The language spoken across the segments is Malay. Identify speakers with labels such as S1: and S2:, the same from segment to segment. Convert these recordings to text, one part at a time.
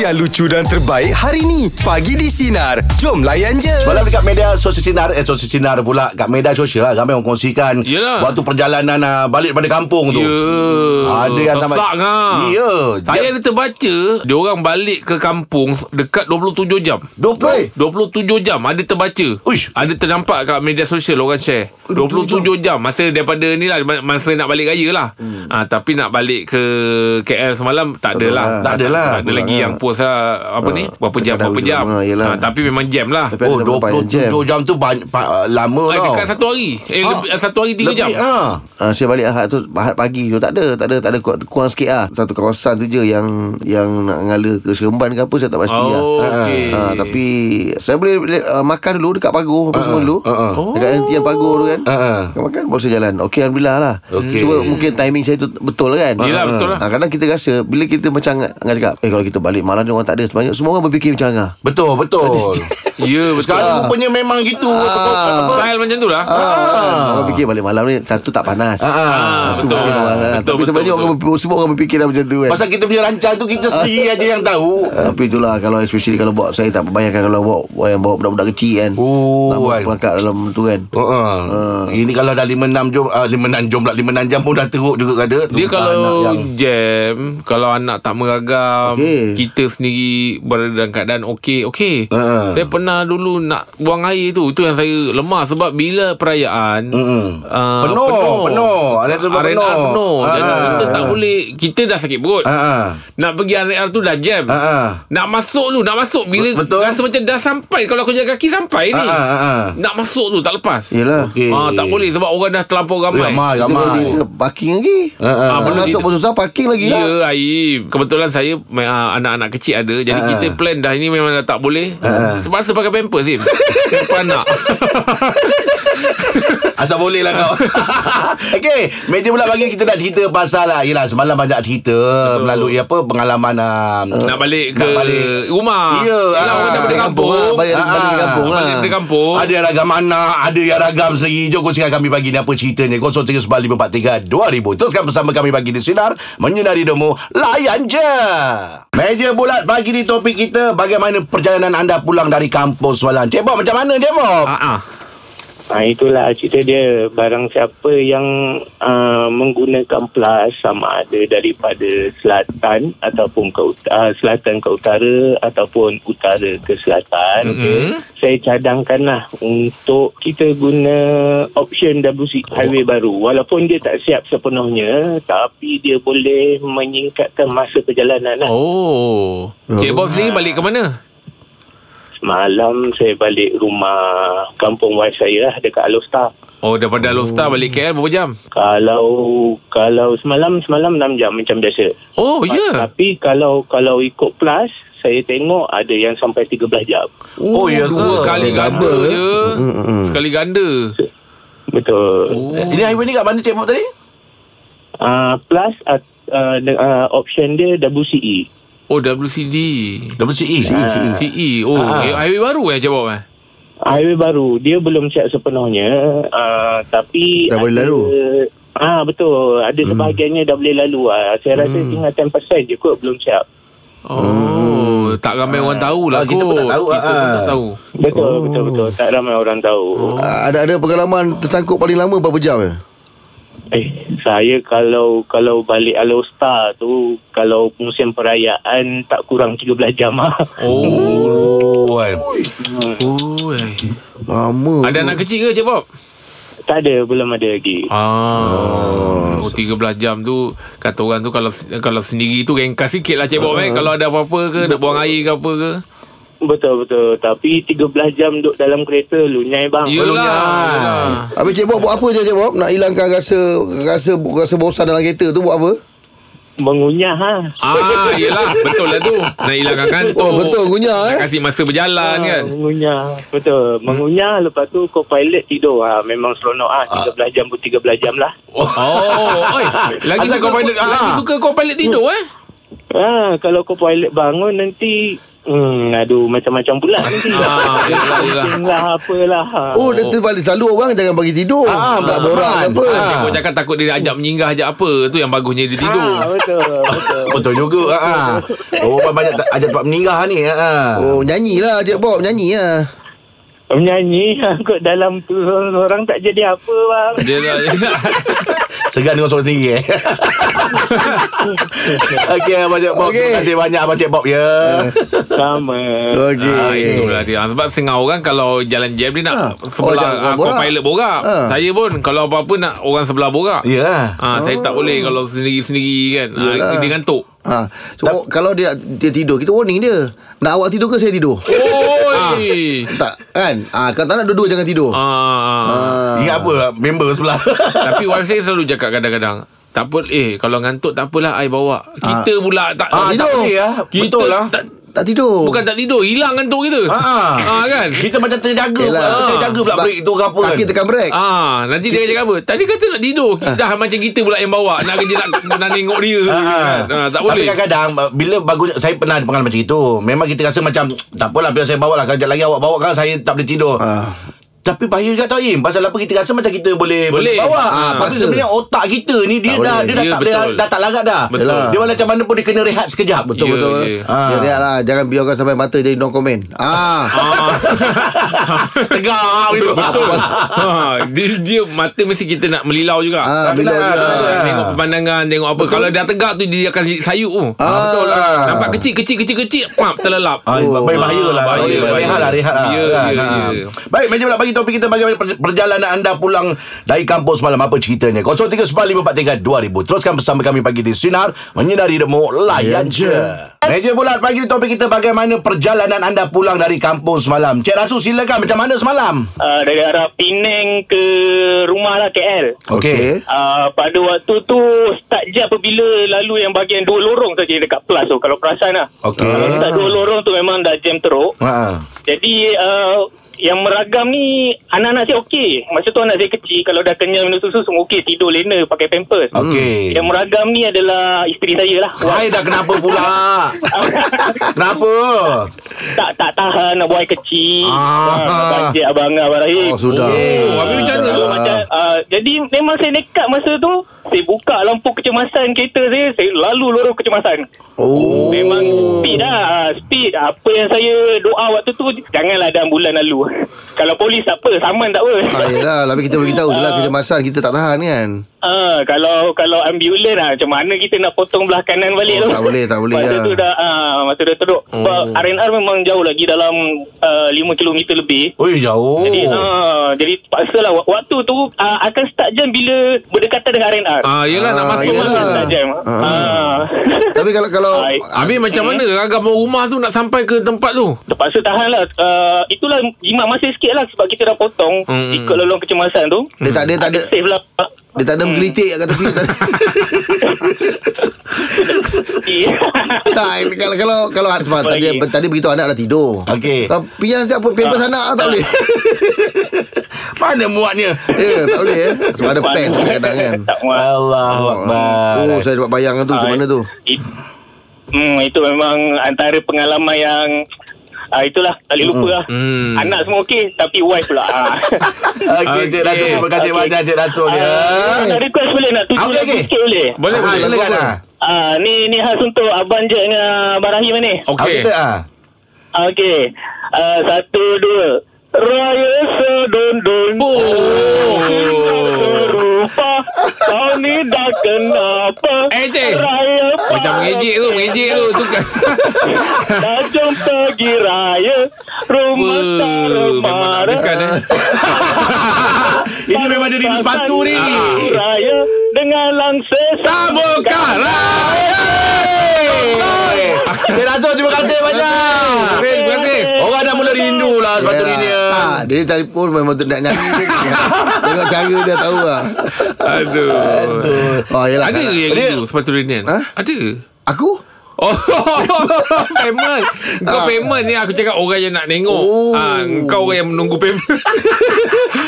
S1: yang lucu dan terbaik hari ni. Pagi di Sinar. Jom layan je.
S2: Semalam dekat media sosial sinar Eh sosial sinar pula Kat media sosial lah Ramai orang kongsikan
S3: Yelah.
S2: Waktu perjalanan ah, Balik pada kampung tu
S3: Ya
S2: Ada yang tamat-
S3: Sesak lah
S2: Ya.
S3: Saya
S2: Dia-
S3: ada terbaca Dia orang balik ke kampung Dekat 27 jam
S2: 20
S3: 27 jam Ada terbaca
S2: Uish.
S3: Ada ternampak kat media sosial Orang share 27 jam Masa daripada ni lah Masa nak balik raya lah hmm. ha, Tapi nak balik ke KL semalam Tak ada lah
S2: Tak ada lah. Ah,
S3: Tak ada lagi
S4: Kurang
S3: yang
S4: lah.
S3: post lah Apa ni Berapa jam
S4: terkadang
S3: Berapa
S4: hujung
S3: jam Ah,
S4: lama, yelah.
S3: Tapi memang jam lah
S4: Tapi ada
S2: Oh
S4: tempat yang jam.
S2: 27 jam tu banyak, pa, lama
S3: Ah,
S2: tau
S3: Dekat satu hari
S2: Ah.
S3: Eh lebih, satu hari tiga
S2: Lebih,
S3: jam
S2: ah.
S4: Uh, saya balik Ahad tu Ahad pagi tu tak ada tak ada tak ada ku- kurang sikit lah satu kawasan tu je yang yang nak ngala ke Seremban ke apa saya tak pasti lah
S3: Oh, okey.
S4: Ah, tapi saya boleh uh, makan dulu dekat pagoh apa semua dulu
S2: eh. ah, ah.
S4: dekat hentian pagoh tu kan
S2: Ah, ah.
S4: Kan makan baru saya jalan Okey Alhamdulillah lah
S2: Okey.
S4: Cuma mungkin timing saya tu betul kan
S3: Yelah, betul lah.
S4: Ah, Kadang kita rasa Bila kita macam Angah cakap Eh kalau kita balik malam ni orang tak ada Sebenarnya semua orang berfikir macam Angah
S2: Betul betul
S3: Ya betul
S2: Sekarang rupanya memang gitu
S3: Style macam tu lah
S4: Ah. Orang fikir balik malam ni Satu tak panas
S2: Ah,
S4: Satu
S3: betul.
S4: mungkin orang
S3: Betul,
S4: Tapi
S3: betul,
S4: sebenarnya
S3: betul.
S4: orang berfikir, Semua orang berfikir dah macam tu kan
S2: Pasal kita punya rancang tu Kita sendiri aja yang tahu
S4: Eh, Tapi itulah Kalau especially kalau bawa Saya tak bayangkan Kalau bawa Yang bawa budak-budak kecil kan
S2: Oh,
S4: Tak bawa
S2: kan.
S4: perangkat dalam tu kan
S2: Uh, uh. Ini kalau dah 5-6 jam uh, 5-6 jam pula 5-6 jam pun dah teruk juga kada
S3: Dia
S2: Tumpah
S3: kalau
S2: anak yang
S3: jam Kalau anak tak meragam
S4: Okey.
S3: Kita sendiri Berada dalam keadaan okey Okey
S2: Ha.
S3: Saya pernah dulu Nak buang air tu Itu yang saya lemah Sebab bila perayaan
S2: Mm-mm.
S3: ah,
S2: Penuh, penuh. Arena tu
S3: Arena
S2: penuh.
S3: penuh Jadi
S2: Ha.
S3: kita tak boleh Kita dah sakit perut
S2: Ah, ah.
S3: Nak pergi RR tu dah jam
S2: Ah, ah.
S3: Nak masuk tu Nak masuk Bila
S2: Betul.
S3: rasa macam dah sampai Kalau aku jaga kaki sampai ni
S2: Ah, ah, ah, ah.
S3: Nak masuk tu tak lepas
S4: Yelah
S2: Okey. Eh,
S3: Ah, tak boleh sebab orang dah terlampau ramai.
S2: Ramai
S4: Kita
S2: Ramai
S4: pergi ke Parking lagi
S2: Ah, ah.
S4: Nak
S3: Belum
S4: Masuk
S3: kita-
S4: pun susah Parking lagi
S3: Ya
S4: lah
S3: Aib Kebetulan saya my, uh, Anak-anak kecil ada Jadi
S2: Ha.
S3: kita plan dah Ini memang dah tak boleh
S2: Ha.
S3: Sebab pakai pampers Sim Pamper anak
S2: Asal boleh lah kau Okay Meja pula pagi ni kita nak cerita pasal lah Yelah semalam banyak cerita Betul. Melalui apa Pengalaman uh,
S3: Nak balik ke
S2: Nak balik.
S3: rumah
S2: Ya,
S3: Yelah orang
S2: ah.
S3: dah balik kampung
S4: lah Balik
S2: Ah,
S4: balik
S2: ah.
S4: kampung lah
S3: Balik dari kampung
S2: Ada yang ragam anak Ada yang ragam segi Jom kongsikan kami pagi ni Apa ceritanya 0395432000 Teruskan bersama kami pagi di Sinar Menyinari Demo Layan je Meja bulat pagi ni topik kita Bagaimana perjalanan anda pulang dari kampung semalam Cik Bob macam mana Cik Bob?
S3: Ah, ah.
S5: Ha, itulah cerita dia. Barang siapa yang uh, menggunakan PLAS sama ada daripada selatan ataupun ke ut- uh, selatan ke utara ataupun utara ke selatan. Okay. Saya cadangkanlah untuk kita guna option WC highway baru. Walaupun dia tak siap sepenuhnya tapi dia boleh menyingkatkan masa perjalanan lah.
S3: Oh Cik Bob sendiri balik ke mana?
S5: Semalam saya balik rumah kampung wife saya lah dekat Alostar.
S3: Oh daripada oh. Alostar balik KL berapa jam?
S5: Kalau kalau semalam semalam 6 jam macam biasa.
S3: Oh ya yeah.
S5: Tapi kalau kalau ikut plus saya tengok ada yang sampai 13 jam.
S2: Oh, ya ke? Mm,
S3: Dua kali ganda je Sekali ganda
S5: Betul.
S3: Oh.
S2: Ini highway ni kat mana Cik Bob tadi?
S5: Ah uh, plus uh, uh, uh, option dia E. WCE.
S3: Oh WCD
S2: WCE CE
S3: CE
S2: E,
S3: Oh
S2: Ah.
S3: highway baru eh Cik Bob eh?
S5: Highway baru dia belum siap sepenuhnya uh, tapi
S4: Dah boleh lalu. Hmm.
S5: Ah betul ada sebahagiannya dah boleh lalu ah. Saya rasa tinggal 10% je kot belum siap.
S3: Oh, tak ramai orang tahu lah
S2: Hmm. Ah, kita pun
S3: kot.
S2: tak tahu,
S3: Kita pun
S2: ah.
S3: tak tahu.
S5: Betul oh. betul betul tak ramai orang tahu.
S4: Ah, Ada ada pengalaman Tersangkut paling lama Berapa jam ya
S5: Eh, saya kalau kalau balik Alostar tu kalau musim perayaan tak kurang 13 jam ah.
S3: Oh.
S2: Oh, kan.
S3: oh. eh.
S4: Lama
S2: Oh.
S3: Ada anak kecil ke Cik Bob?
S5: tak ada, belum ada lagi.
S3: Ah. Oh, 13 jam tu kata orang tu kalau kalau sendiri tu ringkas sikit lah Cik Bob
S2: Ah.
S3: eh. Kalau ada apa-apa ke nak buang air ke apa ke.
S5: Betul betul. Tapi 13 jam duduk dalam kereta lunyai
S2: Ah,
S5: bang.
S3: Yelah. yelah.
S4: Habis Cik Bob buat apa je Cik Bob Nak hilangkan rasa Rasa rasa bosan dalam kereta tu Buat apa
S5: Mengunyah ha.
S3: Ah, yelah. Betul lah tu. Nak hilangkan kantuk.
S4: Oh, betul, ngunyah, eh.
S3: Nak kasih masa berjalan
S2: Ah.
S3: kan.
S5: Ah,
S3: Hmm.
S5: Mengunyah. Betul. Mengunyah lepas tu kau pilot tidur ah. Memang seronok ah. 13 jam pun 13 jam lah.
S3: Oh, oi. Lagi
S2: Asal
S3: suka
S2: kau pilot, ah.
S3: lagi suka kau pilot tidur eh.
S5: Ah, kalau kau pilot bangun nanti Hmm, aduh macam-macam pula nanti.
S3: Ah, yelah, yelah.
S5: Tengah apalah. ah.
S4: Oh, dia terbalik selalu orang jangan bagi tidur.
S2: Ah,
S4: tak
S2: ah,
S4: borak
S2: ah,
S4: ke apa.
S2: ah,
S3: Kau cakap takut dia ajak menyinggah ajak apa Tu yang bagusnya dia tidur
S5: Ah, betul, betul.
S2: Betul juga ha. ha. Oh orang banyak tak, ada tempat meninggal ni ha.
S4: Oh, nyanyilah Jack Bob, nyanyi lah.
S5: Menyanyi kot dalam tu orang tak jadi apa bang.
S3: Dia dah
S2: Segan dengan suara sendiri eh Okey Abang Cik Bob
S4: Okey.
S2: Terima kasih banyak Abang Cik Bob ya
S5: Sama.
S4: Okey.
S3: ah, Itulah dia Sebab setengah orang Kalau jalan jam dia nak
S4: Eh. Ah. Oh, jangan
S3: Sebelah ah,
S4: borak.
S3: co-pilot borak
S4: Ah.
S3: Saya pun Kalau apa-apa nak Orang sebelah borak
S2: Ya
S3: Ah, saya tak boleh kalau sendiri-sendiri kan.
S4: Yelah.
S3: Ah, dia ngantuk.
S4: Ha. So, oh, kalau dia dia tidur, kita warning dia. Nak awak tidur ke saya tidur?
S3: Oi.
S4: tak, kan? Ah, ha, kalau tak nak dua-dua jangan tidur.
S3: Ah.
S4: Ah.
S2: Ingat apa Member sebelah
S3: Tapi wife saya selalu cakap kadang-kadang, tak apa eh kalau ngantuk tak apalah ai bawa. Kita pula tak
S2: Ah, tak
S4: Tidur.
S2: boleh lah
S3: Kita
S2: Betul lah
S3: tak,
S4: Tak tidur.
S3: bukan tak tidur, hilang ngantuk kita.
S2: Ah, ah.
S3: Ah kan?
S2: Kita macam terjaga pula
S4: Yelah.
S2: Terjaga pula
S4: Sebab
S2: break tu ke apa kan
S4: Kaki tekan brek.
S3: Ah, nanti dia cakap apa? Tadi kata nak tidur. Kita dah macam kita pula yang bawa. Nak kerja nak, nak tengok dia.
S2: Ah,
S3: kan? Ah, tak boleh.
S2: Tapi kadang-kadang uh, Bila bagus Saya pernah ada pengalaman macam itu Memang kita rasa macam Tak apalah biar saya bawa lah Kejap lagi awak bawa kan Saya tak boleh tidur
S4: Ah.
S2: Tapi bahaya juga tau Im Pasal apa kita rasa macam kita boleh
S3: Boleh.
S2: bawa
S4: Ah,
S2: Tapi
S4: paksa.
S2: sebenarnya otak kita ni Dia
S4: Tak
S2: dah
S4: boleh.
S2: dia dah,
S3: Ya,
S2: tak, boleh-
S3: betul.
S2: dah, tak larat dah
S3: Betul.
S2: Dia macam mana pun dia kena rehat sekejap
S4: Betul
S3: Ya,
S4: betul.
S3: ya.
S4: Ha. Ya, lihat lah. Jangan biarkan sampai mata jadi no comment.
S3: Ah.
S4: Ah.
S2: Tegak gitu. Ah.
S3: Betul. ha, dia, dia mata mesti kita nak melilau juga.
S4: Ah,
S2: tapi
S4: bila Ah.
S2: tak lah,
S4: juga.
S2: tak lah.
S3: Tengok pemandangan Tengok apa Kalau dah tegak tu Dia akan sayup tu
S4: Ah,
S2: betul lah.
S3: Nampak kecil Kecil kecil kecil Pam terlelap
S2: Ah, oh,
S4: Oh.
S2: bahaya lah.
S3: Bahaya,
S2: Bahaya,
S3: bahaya.
S2: Rehat lah, rehat lah.
S3: Ya,
S2: Kan?
S3: ya,
S2: Ah.
S3: ya.
S2: Baik, meja pula bagi topik kita bagaimana per- perjalanan anda pulang dari kampung semalam. Apa ceritanya? 0395432000. Teruskan bersama kami pagi di Sinar. Menyinari Demo, layan je. Meja bulat pagi di topik kita bagaimana perjalanan anda pulang dari kampung semalam. Cik Rasul silakan macam mana semalam?
S5: Uh, dari arah Penang ke rumah lah KL.
S2: Okey.
S5: Uh, pada waktu tu start je apabila lalu yang bahagian dua lorong saja dekat plus tu kalau perasan lah.
S2: Okey.
S5: Kalau start dua lorong tu memang dah jam teruk.
S2: Ha.
S5: Jadi uh, yang meragam ni anak-anak saya okey. Masa tu anak saya kecil kalau dah kenyang minum susu semua okey tidur lena pakai pampers.
S2: Okey.
S5: Yang meragam ni adalah isteri saya lah. Wah,
S2: Hai dah kenapa pula? kenapa?
S5: tak tak tahan nak buat air kecil.
S2: Ah.
S5: Ah. Banjir abang abang Rahim.
S4: Oh, sudah.
S3: Oh, habis macam mana?
S5: So, macam, uh, jadi memang saya nekat masa tu Saya buka lampu kecemasan kereta saya Saya lalu lorong kecemasan
S4: Oh.
S5: Memang speed lah ah, Speed Apa yang saya doa waktu tu Janganlah ada ambulan lalu Kalau polis tak apa Saman tak apa
S4: Ah, yelah, tapi kita beritahu je lah kecemasan kita tak tahan kan.
S5: Ah, Kalau kalau ambulan lah Macam mana kita nak potong belah kanan balik
S4: Oh,
S5: tu
S4: tak boleh, tak boleh Oh.
S5: Masa
S4: lah.
S5: tu dah ah, Masa dah teruk Sebab R&R memang jauh lagi Dalam uh, 5 km lebih
S2: Oi jauh.
S5: Jadi, uh, jadi terpaksalah Wak- waktu tu uh, akan start jam bila berdekatan dengan RNR.
S3: Ah, yelah nak
S4: Ah,
S3: masuk
S5: Memang
S4: yelah.
S5: akan start jam.
S4: Ah.
S5: Ah.
S4: Tapi kalau kalau
S5: Hai.
S3: Habis macam mana Ragam rumah tu Nak sampai ke tempat tu
S5: Terpaksa tahan lah. Uh, itulah jimat masa sikit lah sebab kita dah potong
S3: Hmm.
S5: ikut lolong kecemasan tu.
S4: dia tak ada tak ada
S5: Safe lah.
S4: dia tak ada menggelitik kat tepi tak Tak, kalau kalau kalau sebab
S5: Apa
S4: tadi
S5: lagi?
S4: tadi begitu anak dah tidur.
S2: Okey.
S4: Kau pian siap pun pampers anak ah, tak boleh.
S2: Mana muatnya?
S4: Ya, tak boleh eh. Sebab ada pants kadang-kadang kan.
S5: Tak
S3: Ah,
S5: muat.
S2: Allahu akbar.
S4: Oh, saya dapat bayangan tu macam
S5: Ah,
S4: mana tu.
S5: It, hmm, itu memang antara pengalaman yang ah, itulah tak boleh lupa lah.
S3: Hmm.
S5: Anak semua okey tapi wife pula. Ah.
S2: Okey, Cik
S3: Okey.
S2: Rasul terima kasih
S5: Okey.
S2: banyak Cik Rasul ya.
S5: Ah, nak request boleh nak tuju
S2: Okey,
S5: lagu
S2: okey.
S5: sikit boleh?
S3: Boleh
S2: Ah,
S3: boleh
S2: silakan ah.
S5: Ah, ni ni khas untuk Abang Jack dengan Abang Rahim ni.
S2: Apa
S3: Okey
S2: kita ah?
S5: Okey. Ah, satu, dua. Raya sedondon.
S3: Oh.
S5: Rupa Kau ni dah kenapa
S3: Eh, Jack.
S5: Raya
S3: Macam mengejek tu Mengejek tu tu kan
S5: Dah jom pergi raya Rumah
S3: Weh,
S5: tara
S3: Memang nak
S5: mara
S3: dekat eh
S2: Ini memang dia rindu sepatu ni. Ah,
S5: Pasang Raya Dengan langsa
S3: Tabur
S2: lah.
S3: karaya
S2: Cik Rasul terima kasih banyak.
S3: Terima kasih
S2: Orang dah mula rindu lah sepatu ni dia.
S4: Ah, dia telefon memang tu nak nyanyi dia. Tengok cara dia tahu lah.
S3: Aduh
S4: Oh, yelah.
S3: Ada
S4: kan.
S3: yang
S2: Dia-
S3: gitu Sepatu rinian
S4: Ha?
S3: Ada
S4: Aku?
S3: Oh Payment Kau payment ni Aku cakap orang yang nak tengok
S4: Ah.
S3: oh.
S4: Oh.
S3: ha, Kau orang yang menunggu payment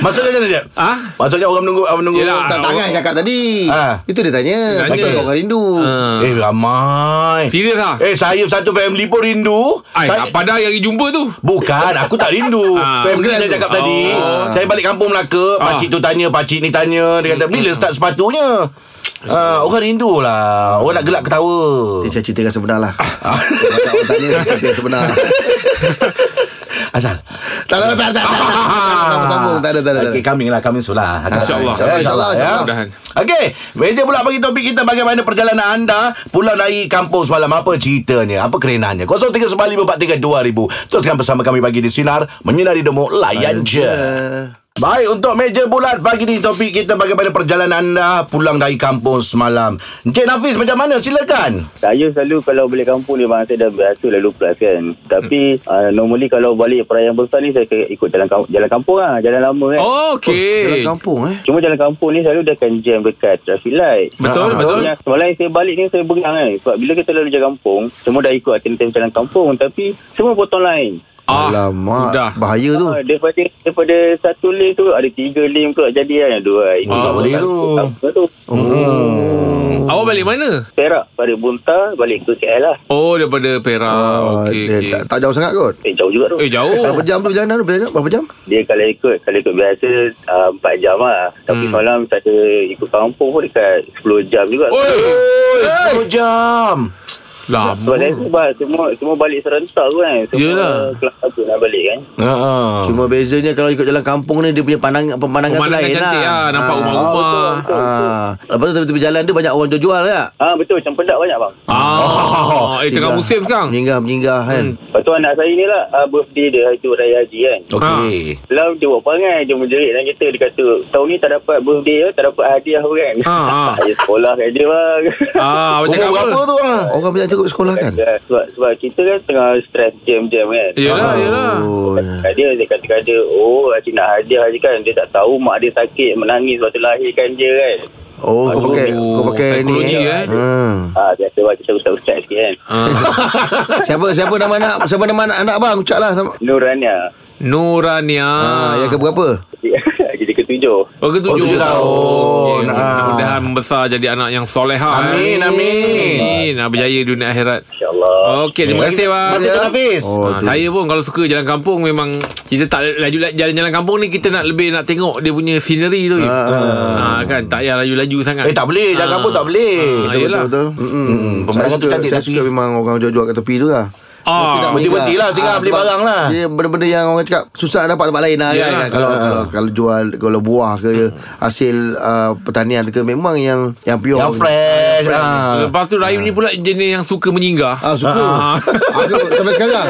S2: Maksudnya macam mana?
S3: Ha?
S2: Maksudnya orang menunggu orang menunggu.
S3: Yelah.
S4: Tak tangan cakap tadi
S2: Ah.
S4: Itu dia tanya
S3: Dia
S4: Patut
S3: tanya.
S4: kau orang rindu
S3: ha.
S2: Eh ramai.
S3: Serius lah
S2: Eh saya satu family pun rindu.
S3: Ay,
S2: saya,
S3: tak padahal yang jumpa tu
S2: Bukan Aku tak rindu
S3: Ah.
S2: Family saya cakap
S3: Oh.
S2: tadi Saya balik kampung Melaka
S3: Ah.
S2: Pakcik tu tanya Pakcik ni tanya Dia kata Bila start sepatunya Ah, Orang rindu lah Orang nak gelak ketawa
S4: Dia cakap cerita yang sebenar lah Kalau Orang tanya cerita yang sebenar
S2: Asal
S4: Tak ada tak tak tak, tak. Tak sambung tak ada tak ada tak ada.
S2: Okay coming lah Coming solah
S3: InsyaAllah.
S2: InsyaAllah ya.
S3: Mudah-mudahan.
S2: Okay Meja pula bagi topik kita Bagaimana perjalanan anda Pulang dari kampung semalam Apa ceritanya Apa kerenannya 0395432000 Teruskan bersama kami Bagi di Sinar Menyinari Demo Layan je
S4: Oh,
S2: Baik untuk meja bulat pagi ni topik kita bagaimana perjalanan anda pulang dari kampung semalam. Encik Nafis macam mana? Silakan.
S5: Saya selalu kalau balik kampung ni bang saya dah biasa lalu plus kan. Tapi hmm. uh, normally kalau balik perayaan besar ni saya ikut jalan kampung, jalan kampung lah, jalan lama
S4: Eh.
S5: kan.
S3: Oh,
S4: Dalam
S3: okay
S4: kampung eh
S5: Cuma jalan kampung ni selalu dia akan jam dekat traffic light.
S3: Betul,
S5: Ah,
S3: betul.
S5: yang Semalam yang saya balik ni saya bengang kan. Sebab bila kita lalu jalan kampung, semua dah ikut alternatif jalan kampung. Tapi semua potong lain.
S3: ah,
S4: Alamak
S3: Sudah
S4: Bahaya tu
S5: Ah, daripada daripada satu lane tu ada tiga lane pula jadi kan. Aduh, ah, ini
S3: Wah,
S5: tak
S2: boleh
S5: tak-
S2: tu.
S5: tak- tak- tu.
S4: Oh, Hmm.
S3: Awak balik mana?
S5: Perak balik Bunta balik ke KL lah.
S3: Oh daripada Perak
S4: Ah,
S3: okay,
S4: dia
S3: okay.
S4: tak, tak jauh sangat kot
S5: Eh jauh juga tu.
S3: Eh jauh
S4: Berapa jam tu perjalanan tu Berapa berapa jam?
S5: Dia kalau ikut kalau ikut biasa uh, 4 jam lah. Tapi
S3: Hmm.
S5: malam saya ikut kampung pun dekat 10 jam juga.
S3: Oi,
S2: Hey. 10 Eh, jam.
S5: Sebab saya
S3: Lama
S5: sebab semua semua balik serentak tu kan. Semua
S3: Yelah.
S5: kelas satu nak balik kan.
S2: Uh-uh.
S4: Cuma bezanya kalau ikut jalan kampung ni dia punya pandangan pemandangan tu
S3: Pemandangan
S4: lain lah.
S3: cantik lah Nampak
S4: Ah.
S3: rumah-rumah
S4: Ah, lepas tu tepi-tepi jalan tu banyak orang jual-jual lah. tak?
S5: Ah betul macam pedak banyak bang.
S3: Ah, Eh tengah
S4: Singgah-
S3: musim sekarang
S4: Meninggal-meninggal kan.
S5: Lepas tu anak saya ni lah uh, birthday dia hari tu raya haji kan.
S2: Okey.
S4: Ha.
S5: Lalu dia buat perangai Dia menjerit dalam kereta Dia kata Tahun ni tak dapat birthday ya, Tak dapat hadiah pun kan
S3: Ha, ha.
S5: Saya sekolah kat dia bang
S3: Ah, awak
S2: Umur
S3: cakap
S2: berapa
S3: apa?
S2: tu? ah?
S4: Orang banyak cukup sekolah kan?
S5: Ya, sebab, sebab kita kan tengah stres jam-jam kan
S2: Ah.
S3: Yelah, yelah
S4: Oh, ya.
S5: Kat dia dia kata kata oh Acik nak hadiah je kan dia tak tahu mak dia sakit menangis waktu lahirkan dia kan
S4: oh kau
S5: Aduh,
S4: pakai kau pakai ni.
S3: psikologi, eh.
S4: Hmm.
S5: ha, biasa buat kita ustaz-ustaz sikit kan
S3: Ah.
S4: Siapa siapa nama anak siapa nama anak, anak abang ucaplah sama.
S5: Nurania
S3: Nurania
S4: Ah, yang ke berapa?
S5: jadi ketujuh
S3: Oh, ke tujuh,
S2: ya Oh, tujuh tahun.
S3: Okey,
S2: Ah.
S3: Mudah-mudahan membesar jadi anak yang solehah. eh.
S2: Amin, amin.
S3: Amin. Ah, berjaya dunia akhirat.
S5: insyaAllah
S3: Okey, terima kasih bang.
S2: Masih Encik Nafis.
S4: Oh,
S3: Ah,
S4: tu.
S3: saya pun kalau suka jalan kampung memang kita tak laju jalan-jalan kampung ni kita nak lebih nak tengok dia punya scenery tu. Ah, kan tak payah laju-laju sangat.
S2: Eh tak boleh, jalan
S3: Ah.
S2: kampung tak boleh.
S3: Ah, yelah.
S4: Betul. Hmm.
S2: Mm-mm. Pemandangan
S4: Saya
S2: tu
S4: suka,
S2: cantik
S4: saya
S2: tapi-
S4: suka memang orang jual-jual kat tepi tu lah.
S3: Ah,
S2: berhenti-berhenti lah, singgah beli
S4: sebab
S2: barang lah.
S4: Dia benda-benda yang orang cakap susah nak dapat tempat lain lah kan.
S3: Yalah. Hmm.
S4: Kalau, kalau kalau jual kalau buah ke hasil uh, pertanian ke memang yang yang pure.
S2: Yang fresh. ah.
S3: Lepas tu Rahim ni pula jenis yang suka menyanggah.
S4: Ah suka.
S3: Ah.
S4: Aku sampai sekarang.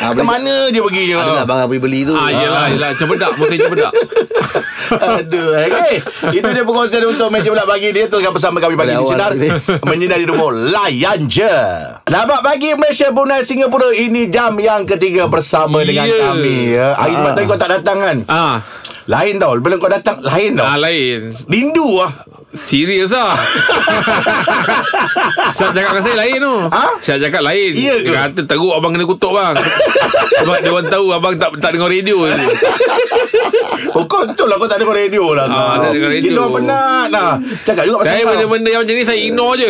S4: ah,
S2: Ke
S4: beli,
S2: mana dia pergi?
S4: ada tak barang pergi beli tu?
S3: Ah, yelah, yelah. Macam bedak. Mesti macam bedak.
S2: Aduh Okay Itu dia perkongsian untuk Meja bulat pagi dia Teruskan bersama kami Pagi
S4: Dari
S2: di
S4: awal
S2: Sinar
S4: tadi.
S2: Menyinari rumah Layan je Lapak pagi Malaysia Brunei Singapura Ini jam yang ketiga Bersama dengan
S3: Ya.
S2: kami ya. Hari Jumat tadi kau tak datang kan
S3: Ah,
S2: Lain tau Bila kau datang Lain tau
S3: ah lain.
S2: Rindu lah
S3: Serius lah Syah cakap dengan saya lain tu
S2: Ha?
S3: Syah cakap lain
S2: Ya ke?
S3: Dia kata teruk abang kena kutuk bang Sebab dia orang tahu abang tak tak dengar radio tadi
S2: Oh kau betul lah Kau tak dengar radio lah
S3: Ah, tak dengar radio.
S2: Kita orang penat lah Cakap juga pasal
S3: Saya
S2: kau.
S3: benda-benda yang macam ni saya ignore je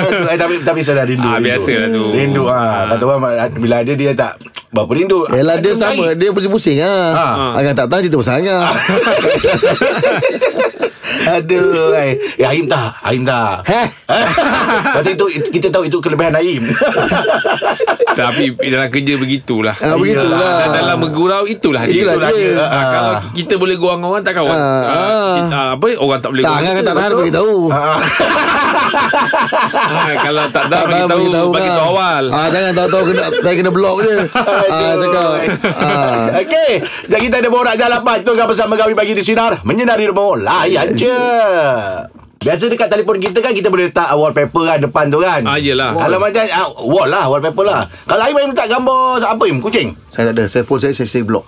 S2: Aduh, eh, tapi tapi saya dah rindu.
S3: Ah,
S2: rindu.
S3: biasalah tu.
S2: Rindu ah. Kata orang bila ada dia tak berapa rindu.
S4: Yelah Ah. dia
S2: Ada
S4: sama
S2: lain.
S4: Dia pusing-pusing lah ha.
S2: Ah.
S4: Agak tak tahu cerita pasal Angah
S3: Ah.
S2: Aduh ai. Eh Aim tak Aim tak
S4: Heh
S2: Waktu itu Kita tahu itu kelebihan Aim
S3: Tapi dalam kerja begitulah
S4: Ah, begitulah.
S3: Dan dalam bergurau itulah dia
S4: Itulah dia.
S3: Ah,
S2: Ah.
S3: Kalau kita boleh gorang orang tak kawan
S4: Ah,
S3: Ah,
S4: ah.
S3: kita- ah, Apa orang tak boleh
S4: Tak
S3: gorang
S4: Angah kan
S3: kita,
S4: tak tahan
S3: betul?
S4: beritahu
S2: Ah,
S3: Ah, Kalau tak tahan
S4: tahan,
S3: beritahu Bagi
S4: Angah.
S3: tahu awal
S4: ah, Jangan tahu-tahu kena, Saya kena blok je ah,
S2: Aduh. eh.
S4: Cakap ah.
S2: Okey Jadi kita ada borak jalan lapan Tunggu bersama kami Pagi di Sinar Menyinari rumah Layan je Biasa dekat telefon kita kan Kita boleh letak wallpaper kan Depan tu kan
S3: Ah, yelah.
S2: Kalau macam ah, Wall lah Wallpaper lah Kalau Aim Aim letak gambar Apa Aim? Kucing?
S4: Saya tak ada Saya pun saya, saya, saya blok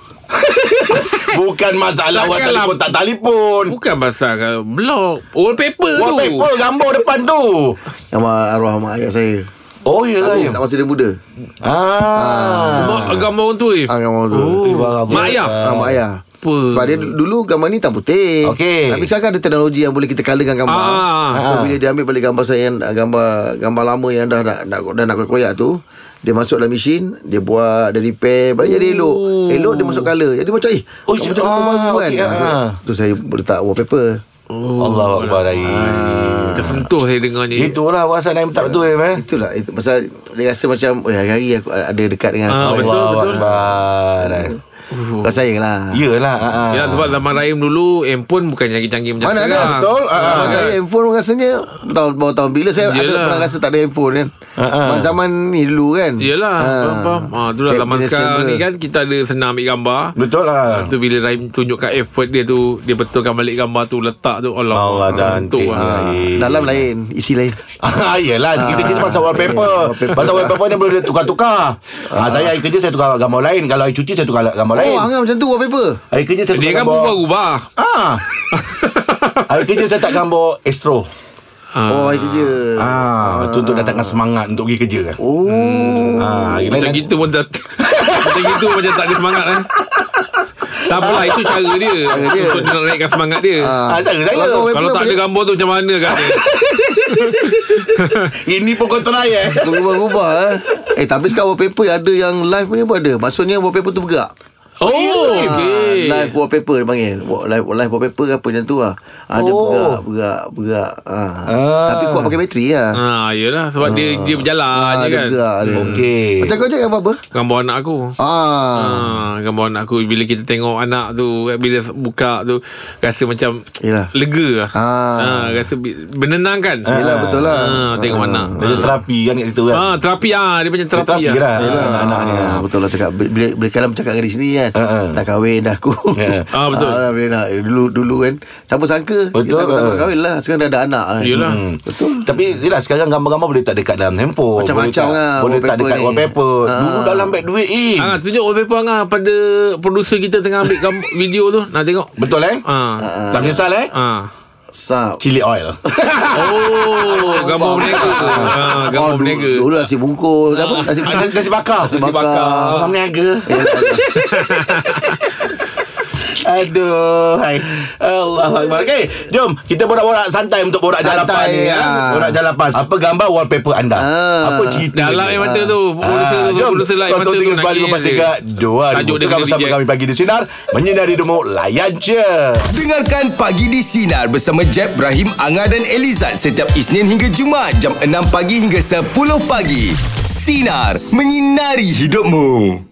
S3: Kan?
S2: Bukan masalah awak
S3: Takkanlah-
S2: telefon tak telefon.
S3: Bukan pasal kan, blog wallpaper tu.
S2: Wallpaper gambar depan tu.
S4: Nama arwah mak ayah saya
S2: Oh ya
S4: Aku
S2: ya.
S4: tak masa dia muda
S2: Ah.
S3: Mak- Gambar orang tu eh.
S4: Ah, gambar orang tu.
S2: Eh, barang
S3: Oh.
S2: apa.
S3: Mak ayah.
S4: Ah, mak ayah
S3: Apa?
S4: Sebab dia du- dulu gambar ni hitam putih
S2: Okey.
S4: Tapi sekarang ada teknologi yang boleh kita colourkan gambar
S3: Ah.
S4: So bila dia ambil balik gambar saya yang Gambar gambar lama yang dah nak, nak, dah nak koyak tu Dia masuk dalam mesin Dia buat, dia repair Balik jadi elok Elok dia masuk colour Jadi macam eh
S2: Oh,
S4: macam
S2: ah,
S4: gambar baru
S2: okey, ah. Oh.
S4: Tu saya letak wallpaper
S2: Allah Akbar Aim.
S3: Tersentuh eh, saya dengarnya.
S2: Itulah perasaan Aim tak betul Aim eh.
S4: Itulah itu, Pasal dia rasa macam "Oi, Hari-hari aku ada dekat dengan
S3: Ah,
S4: ah,
S3: betul,
S2: Allah
S3: betul.
S2: Akbar Aim.
S3: Uhuh.
S4: Kau saya lah
S2: Yelah ah, ah.
S3: Ya sebab zaman Rahim dulu handphone bukan canggih-canggih macam
S4: Mana
S3: sekarang.
S4: ada
S2: betul. Ah,
S3: Ya,
S4: Zaman
S2: ah.
S4: saya handphone rasanya tahun bawah tahun bila saya ada
S3: Yelah.
S4: pernah rasa tak ada handphone kan.
S2: Ah, ah.
S4: Zaman zaman ni dulu kan.
S3: Yelah, faham, faham. Ha, itulah zaman
S4: Camera,
S3: sekarang
S4: camera.
S3: ni kan kita ada senang ambil gambar.
S2: Betul lah.
S3: Lepas tu bila Rahim tunjukkan effort dia tu, dia betulkan balik gambar tu, letak tu. Allah.
S2: Allah
S3: Tentu
S2: cantik. Ah. Aim.
S3: lah.
S4: Ah, Dalam lain, isi lain.
S2: Ah, yelah, kita cerita pasal wallpaper.
S4: Wallpaper.
S2: Pasal wallpaper ni boleh tukar-tukar. Ah, saya hari kerja saya tukar gambar lain. Kalau hari cuti saya tukar gambar lain.
S4: Oh, angah macam tu wallpaper.
S2: Hari kerja saya tukar
S3: Dia kan
S2: gambar.
S3: berubah-ubah.
S2: Ah. hari kerja saya tak gambar Astro.
S3: Ha.
S4: Oh, hari kerja.
S2: Ah, tu untuk datangkan semangat untuk pergi kerja kan.
S4: Oh,
S3: Hmm.
S2: Ah, hari
S3: Macam
S2: lain-
S3: kita pun tak Macam kita pun macam tak ada semangat kan Tak apalah itu cara dia
S4: Ah. Cara dia.
S3: Untuk dia nak naikkan semangat dia
S2: Ah, tak ada saya.
S4: Kalau kau-
S3: Kalau tak ada gambar tu macam mana kan dia
S2: Ini pun kau try eh.
S4: berubah-ubah eh. Eh, tapi sekarang wallpaper ada yang live punya pun ada. Maksudnya wallpaper tu bergerak.
S3: Oh
S4: Ah,
S3: okay.
S4: live wallpaper dia panggil. Wa- Live, live wallpaper ke apa macam tu lah. Ah, dia
S2: Oh.
S4: bergerak, bergerak, bergerak. Ah.
S2: Ah.
S4: Tapi kuat pakai bateri lah.
S3: Ah, yelah sebab dia dia berjalan
S4: Ah,
S3: je
S4: dia
S3: kan.
S4: bergerak dia.
S2: Okey.
S4: Macam kau cakap apa-apa?
S3: Gambar anak aku.
S4: Ah.
S3: Ah, gambar anak aku bila kita tengok anak tu kan, bila buka tu rasa macam
S4: Yelah.
S3: lega lah.
S4: Ah.
S3: ah rasa bi- menenangkan.
S4: Yelah betul lah.
S3: Ah, tengok anak.
S2: Dia terapi kan kat situ
S3: Ah,
S2: kan.
S3: terapi ah, dia macam
S2: Dia
S3: terapi,
S2: terapi
S3: lah.
S2: lah anak-anak ni.
S4: Ah, betul lah cakap bila, bila kalau bercakap dengan dia sendiri kan
S2: Ha, ha.
S4: dah kahwin dah aku
S2: Ya.
S3: Ah, betul.
S4: bila nak, dulu dulu kan siapa sangka
S2: Betul, ha.
S4: kita tak kahwin lah sekarang dah ada anak kan
S3: Yelah.
S4: Hmm. betul
S2: Tapi yelah sekarang gambar-gambar boleh tak dekat dalam handphone
S4: Macam-macam
S2: boleh
S4: lah
S2: tak, boleh tak
S4: wallpaper
S2: dekat
S4: ni.
S2: wallpaper
S4: Ah.
S2: Dulu dalam beg duit eh
S3: Ah, tunjuk wallpaper Angah pada producer kita tengah ambil gambar, video tu. Nak tengok.
S2: Betul eh
S3: Ah.
S2: Tak menyesal eh
S3: Ah.
S4: sap
S2: Chili oil
S3: Oh, gambar berniaga. Ah, gambar
S4: dulu,
S3: berniaga.
S4: dulu nasi bungkus apa nasi
S2: Ah, Nasi bakar
S4: nasi
S3: bakar.
S4: bakar Ya,
S2: Orang berniaga Aduh hai. Allah Akbar Okay Jom Kita borak-borak santai Untuk borak
S4: Santai,
S2: jalapan ni
S4: ya.
S2: ya. Borak jalapan Apa gambar wallpaper anda
S4: Ah.
S2: Apa cerita
S3: Dalam
S2: ni?
S3: air mata tu Producer
S2: Ah,
S3: tu
S2: jom
S3: Producer lah air mata tu nak nangis
S2: 0395432000
S3: je. Tajuk dia
S2: Tukar
S3: kena
S2: bersama
S3: reject.
S2: kami pagi di Sinar Menyinari Demo Layan je
S1: Dengarkan Pagi di Sinar bersama Jeb, Ibrahim, Anga dan Elizad setiap Isnin hingga Jumaat jam 6 pagi hingga 10 pagi. Sinar. Menyinari hidupmu.